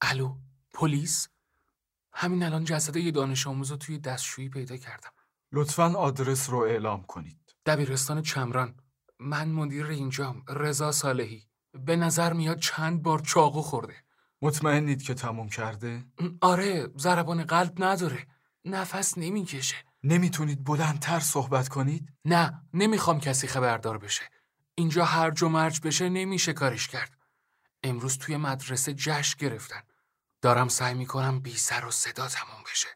الو پلیس همین الان جسد یه دانش آموز رو توی دستشویی پیدا کردم لطفا آدرس رو اعلام کنید دبیرستان چمران من مدیر اینجام رضا صالحی به نظر میاد چند بار چاقو خورده مطمئنید که تموم کرده؟ آره ضربان قلب نداره نفس نمیکشه نمیتونید بلندتر صحبت کنید؟ نه نمیخوام کسی خبردار بشه اینجا هرج و مرج بشه نمیشه کارش کرد امروز توی مدرسه جشن گرفتن دارم سعی میکنم بی سر و صدا تموم بشه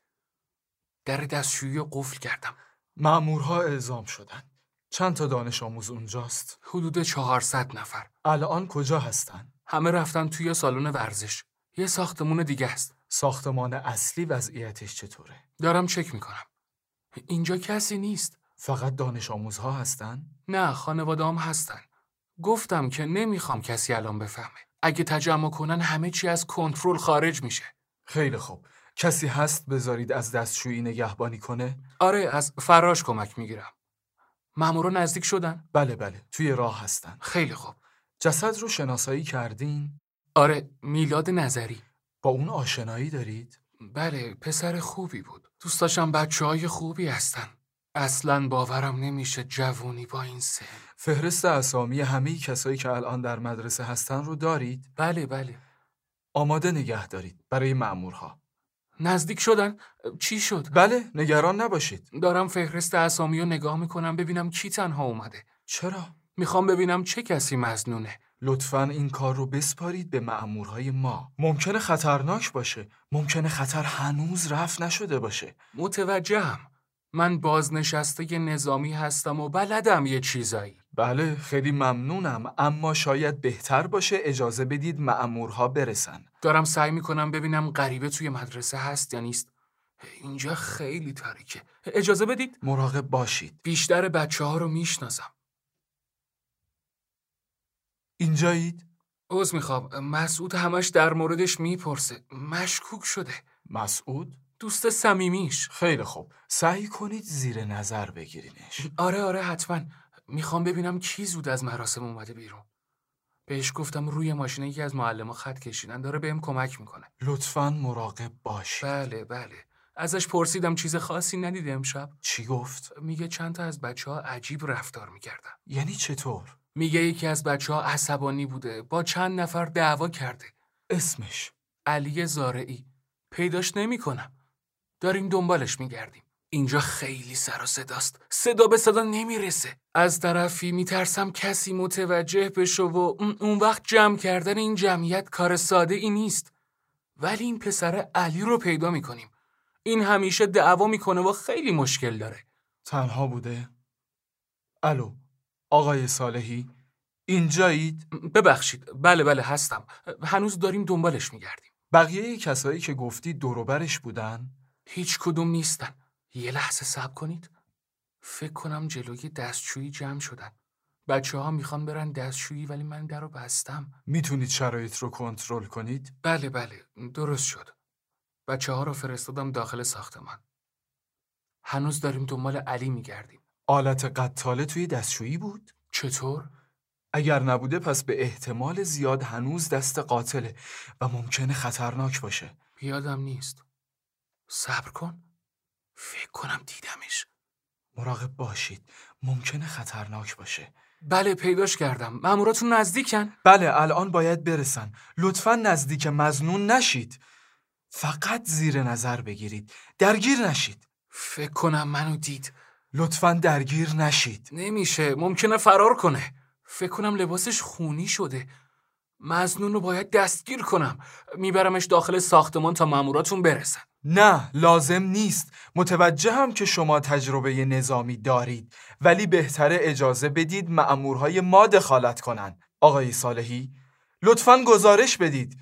در دستشویی رو قفل کردم معمورها اعزام شدن چند تا دانش آموز اونجاست؟ حدود 400 نفر الان کجا هستن؟ همه رفتن توی سالن ورزش یه ساختمون دیگه است ساختمان اصلی وضعیتش چطوره؟ دارم چک میکنم اینجا کسی نیست فقط دانش آموزها هستن؟ نه خانواده هم هستن گفتم که نمیخوام کسی الان بفهمه اگه تجمع کنن همه چی از کنترل خارج میشه خیلی خوب کسی هست بذارید از دستشویی نگهبانی کنه؟ آره از فراش کمک میگیرم مامورا نزدیک شدن بله بله توی راه هستن خیلی خوب جسد رو شناسایی کردین؟ آره میلاد نظری با اون آشنایی دارید؟ بله پسر خوبی بود دوست داشتم بچه های خوبی هستن اصلا باورم نمیشه جوونی با این سن فهرست اسامی همه کسایی که الان در مدرسه هستن رو دارید؟ بله بله آماده نگه دارید برای مأمورها. نزدیک شدن چی شد بله نگران نباشید. دارم فهرست اسامی رو نگاه میکنم ببینم کی تنها اومده چرا؟ میخوام ببینم چه کسی مزنونه لطفا این کار رو بسپارید به مأمورهای ما. ممکنه خطرناک باشه. ممکنه خطر هنوز رفت نشده باشه. متوجهم من بازنشسته نظامی هستم و بلدم یه چیزایی بله خیلی ممنونم اما شاید بهتر باشه اجازه بدید مأمورها برسن. دارم سعی میکنم ببینم غریبه توی مدرسه هست یا نیست اینجا خیلی تاریکه اجازه بدید مراقب باشید. بیشتر بچه ها رو میشناسم اینجایید؟ عوض میخوام مسعود همش در موردش میپرسه مشکوک شده مسعود؟ دوست صمیمیش خیلی خوب. سعی کنید زیر نظر بگیرینش. آره آره حتما میخوام ببینم کی زود از مراسم اومده بیرون بهش گفتم روی ماشین یکی از معلما خط کشیدن داره بهم کمک میکنه لطفا مراقب باشید. بله بله ازش پرسیدم چیز خاصی ندیده امشب چی گفت؟ میگه چند تا از بچه ها عجیب رفتار میکردن یعنی چطور؟ میگه یکی از بچه ها عصبانی بوده با چند نفر دعوا کرده اسمش علی زارعی پیداش نمیکنم داریم دنبالش میگردیم اینجا خیلی سر و صداست صدا به صدا نمیرسه از طرفی میترسم کسی متوجه بشه و اون- اون وقت جمع کردن این جمعیت کار ساده ای نیست ولی این پسر علی رو پیدا میکنیم این همیشه دعوا میکنه و خیلی مشکل داره تنها بوده؟ الو آقای صالحی اینجایید؟ ببخشید بله بله هستم هنوز داریم دنبالش میگردیم بقیه کسایی که گفتی دوروبرش بودن؟ هیچ کدوم نیستن یه لحظه صبر کنید فکر کنم جلوی دستشویی جمع شدن بچه ها میخوان برن دستشویی ولی من در رو بستم میتونید شرایط رو کنترل کنید؟ بله بله درست شد بچه ها رو فرستادم داخل ساختمان هنوز داریم دنبال علی میگردیم آلت قتاله توی دستشویی بود؟ چطور؟ اگر نبوده پس به احتمال زیاد هنوز دست قاتله و ممکنه خطرناک باشه. یادم نیست صبر کن فکر کنم دیدمش مراقب باشید. ممکنه خطرناک باشه. بله پیداش کردم ماموراتون نزدیکن بله الان باید برسن. لطفا نزدیک مزنون نشید. فقط زیر نظر بگیرید. درگیر نشید. فکر کنم منو دید لطفا درگیر نشید. نمیشه ممکنه فرار کنه فکر کنم لباسش خونی شده مزنون رو باید دستگیر کنم میبرمش داخل ساختمان تا ماموراتون برسن نه لازم نیست متوجهم که شما تجربه نظامی دارید ولی بهتره اجازه بدید مأمورهای ما دخالت کنن آقای صالحی لطفا گزارش بدید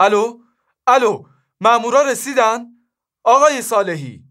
الو الو مأمورا رسیدن آقای صالحی